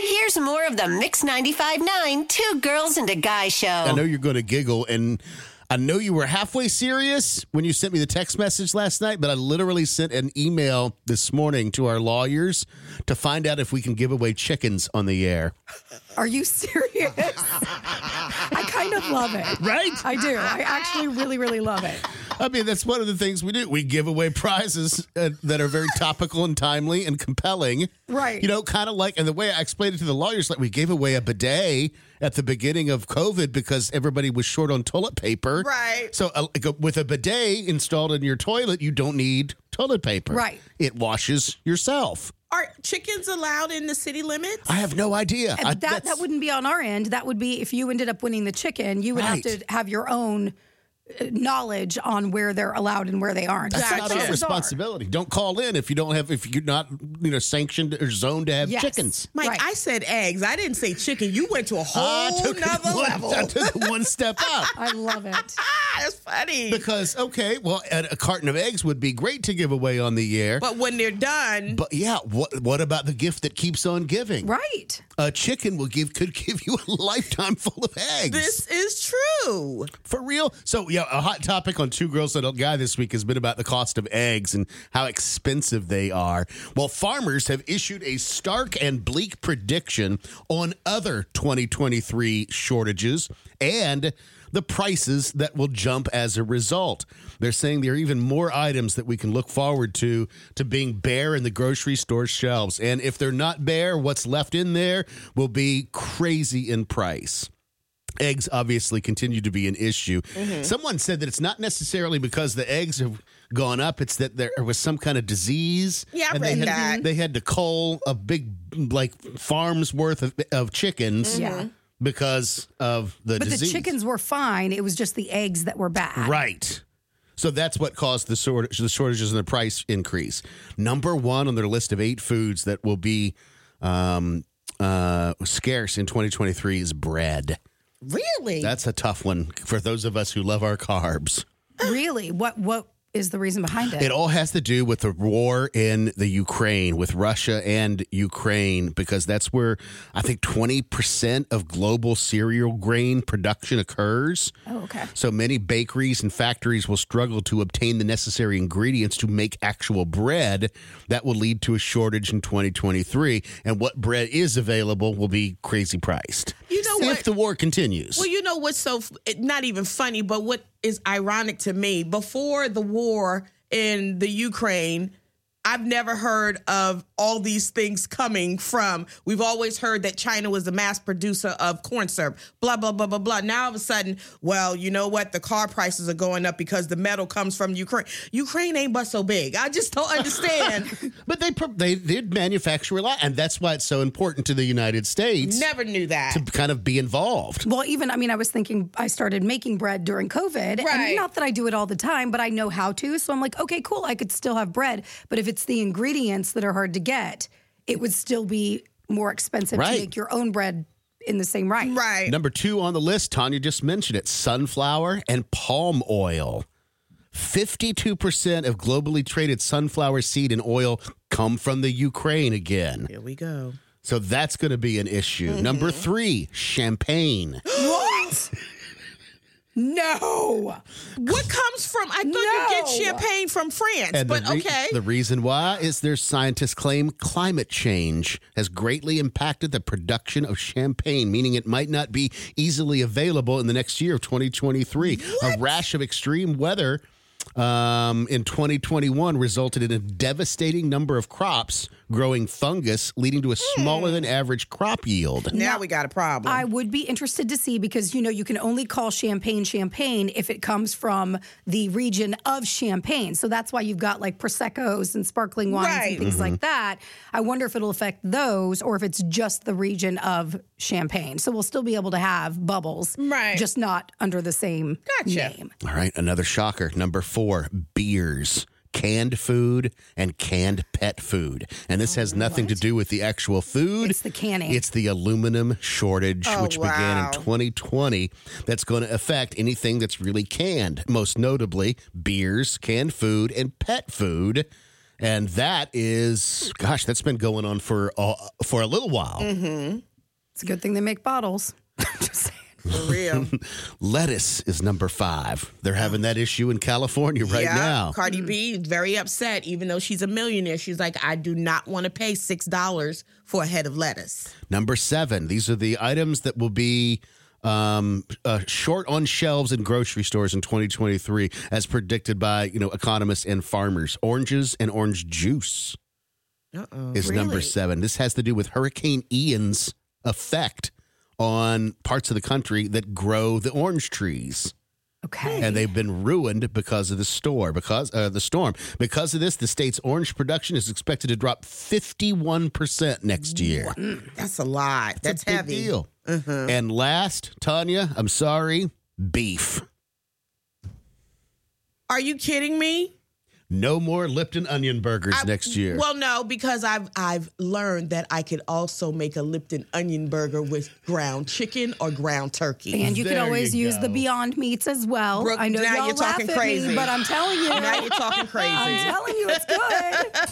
Here's more of the Mix 95.9 Two Girls and a Guy show. I know you're going to giggle, and I know you were halfway serious when you sent me the text message last night, but I literally sent an email this morning to our lawyers to find out if we can give away chickens on the air. Are you serious? I kind of love it. Right? I do. I actually really, really love it. I mean, that's one of the things we do. We give away prizes uh, that are very topical and timely and compelling. Right. You know, kind of like, and the way I explained it to the lawyers, like we gave away a bidet at the beginning of COVID because everybody was short on toilet paper. Right. So, uh, like, uh, with a bidet installed in your toilet, you don't need toilet paper. Right. It washes yourself. Are chickens allowed in the city limits? I have no idea. I- And that, that that's- wouldn't be on our end. That would be if you ended up winning the chicken, you would have Right. to have your own uh, knowledge on where they're allowed and where they aren't. that's not Gotcha. our Bizarre. responsibility. Don't call in if you don't have if you're not you know sanctioned or zoned to have Yes. chickens. Mike, Right. I said eggs. I didn't say chicken. You went to a I whole took it nother one- level. I took it one step up. I love it. ah, that's funny. Because okay, well, a a carton of eggs would be great to give away on the air. But, but when they're done, yeah, what what about the gift that keeps on giving? Right. A chicken will give could give you a lifetime full of eggs. this is true. For real. So yeah, a hot topic on Two Girls and a Guy this week has been about the cost of eggs and how expensive they are. Well, farmers have issued a stark and bleak prediction on other 2023 shortages and the prices that will jump as a result. They're saying there are even more items that we can look forward to to being bare in the grocery store shelves. And if they're not bare, what's left in there will be crazy in price eggs obviously continue to be an issue. Mm-hmm. Someone said that it's not necessarily because the eggs have gone up; it's that there was some kind of disease. Yeah, I and they read had, that. They had to cull a big like farms worth of, of Mm-hmm. chickens. Yeah. Because of the But disease. the chickens were fine. It was just the eggs that were bad. Right. So that's what caused the shortage, the shortages and the price increase. Number one on their list of eight foods that will be um, uh, scarce in 2023 is bread. Really? That's a tough one for those of us who love our carbs. Really? What what is the reason behind it? It all has to do with the war in the Ukraine with Russia and Ukraine because that's where I think 20% of global cereal grain production occurs. oh, okay. So many bakeries and factories will struggle to obtain the necessary ingredients to make actual bread. That will lead to a shortage in 2023 and what bread is available will be crazy priced. You know if what? the war continues. Well, you know what's so f- it- not even funny, but what is ironic to me before the war in the Ukraine. I've never heard of all these things coming from. We've always heard that China was the mass producer of corn syrup, blah, blah, blah, blah, blah. Now all of a sudden, well, you know what? The car prices are going up because the metal comes from Ukraine. Ukraine ain't but so big. I just don't understand. But they pro- they did manufacture a lot, and that's why it's so important to the United States never knew that. to kind of be involved. Well, even I mean, I was thinking I started making bread during COVID. Right. And not that I do it all the time, but I know how to. So I'm like, okay, cool. I could still have bread, but if it's the ingredients that are hard to get, it would still be more expensive Right. to make your own bread in the same right. Right. Number two on the list, Tanya just mentioned it: sunflower and palm oil. Fifty-two percent of globally traded sunflower seed and oil come from the Ukraine again, Here we go. so that's going to be an issue. Number three, champagne. What? no. What comes from? I thought you get No. champagne from France, but the re- okay. The reason why is their scientists claim climate change has greatly impacted the production of champagne, meaning it might not be easily available in the next year of 2023. A rash of extreme weather um, in 2021 resulted in a devastating number of crops growing fungus, leading to a smaller Hmm. than average crop yield. Now we got a problem. I would be interested to see because you know you can only call champagne champagne if it comes from the region of Champagne. So that's why you've got like proseccos and sparkling wines Right. and things like that. I wonder if it'll affect those or if it's just the region of Champagne. So we'll still be able to have bubbles, Right. Just not under the same Gotcha. name. All right, another shocker. Number four, beers. Canned food and canned pet food. And this has nothing to do with the actual food. It's the canning. It's the aluminum shortage, Oh, which began wow. in 2020, that's going to affect anything that's really canned, most notably beers, canned food, and pet food. And that is, gosh, that's been going on for uh, for a little while. It's a good thing they make bottles. Just saying. For real. Lettuce is number five. They're having that issue in California right yeah. now. Cardi Mm. B is very upset, even though she's a millionaire. She's like, I do not want to pay six dollars for a head of lettuce. Number seven. These are the items that will be um, uh, short on shelves in grocery stores in 2023, as predicted by you know economists and farmers. Oranges and orange juice Uh-oh. is number seven. This has to do with Hurricane Ian's effect on parts of the country that grow the orange trees. Okay. and they've been ruined because of the store because uh, the storm because of this the state's orange production is expected to drop 51% next year That's a lot. That's, Big heavy. Uh-huh. deal and last tanya i'm sorry beef Are you kidding me? no more lipton onion burgers I- next year Well, no, because I've I've learned that I could also make a Lipton onion burger with ground chicken or ground turkey. And you can There always you use the go. Beyond Meats as well. Brooke, I know now y'all you're laugh talking at crazy. me, but I'm telling you, now you're talking crazy. I'm telling you, it's good.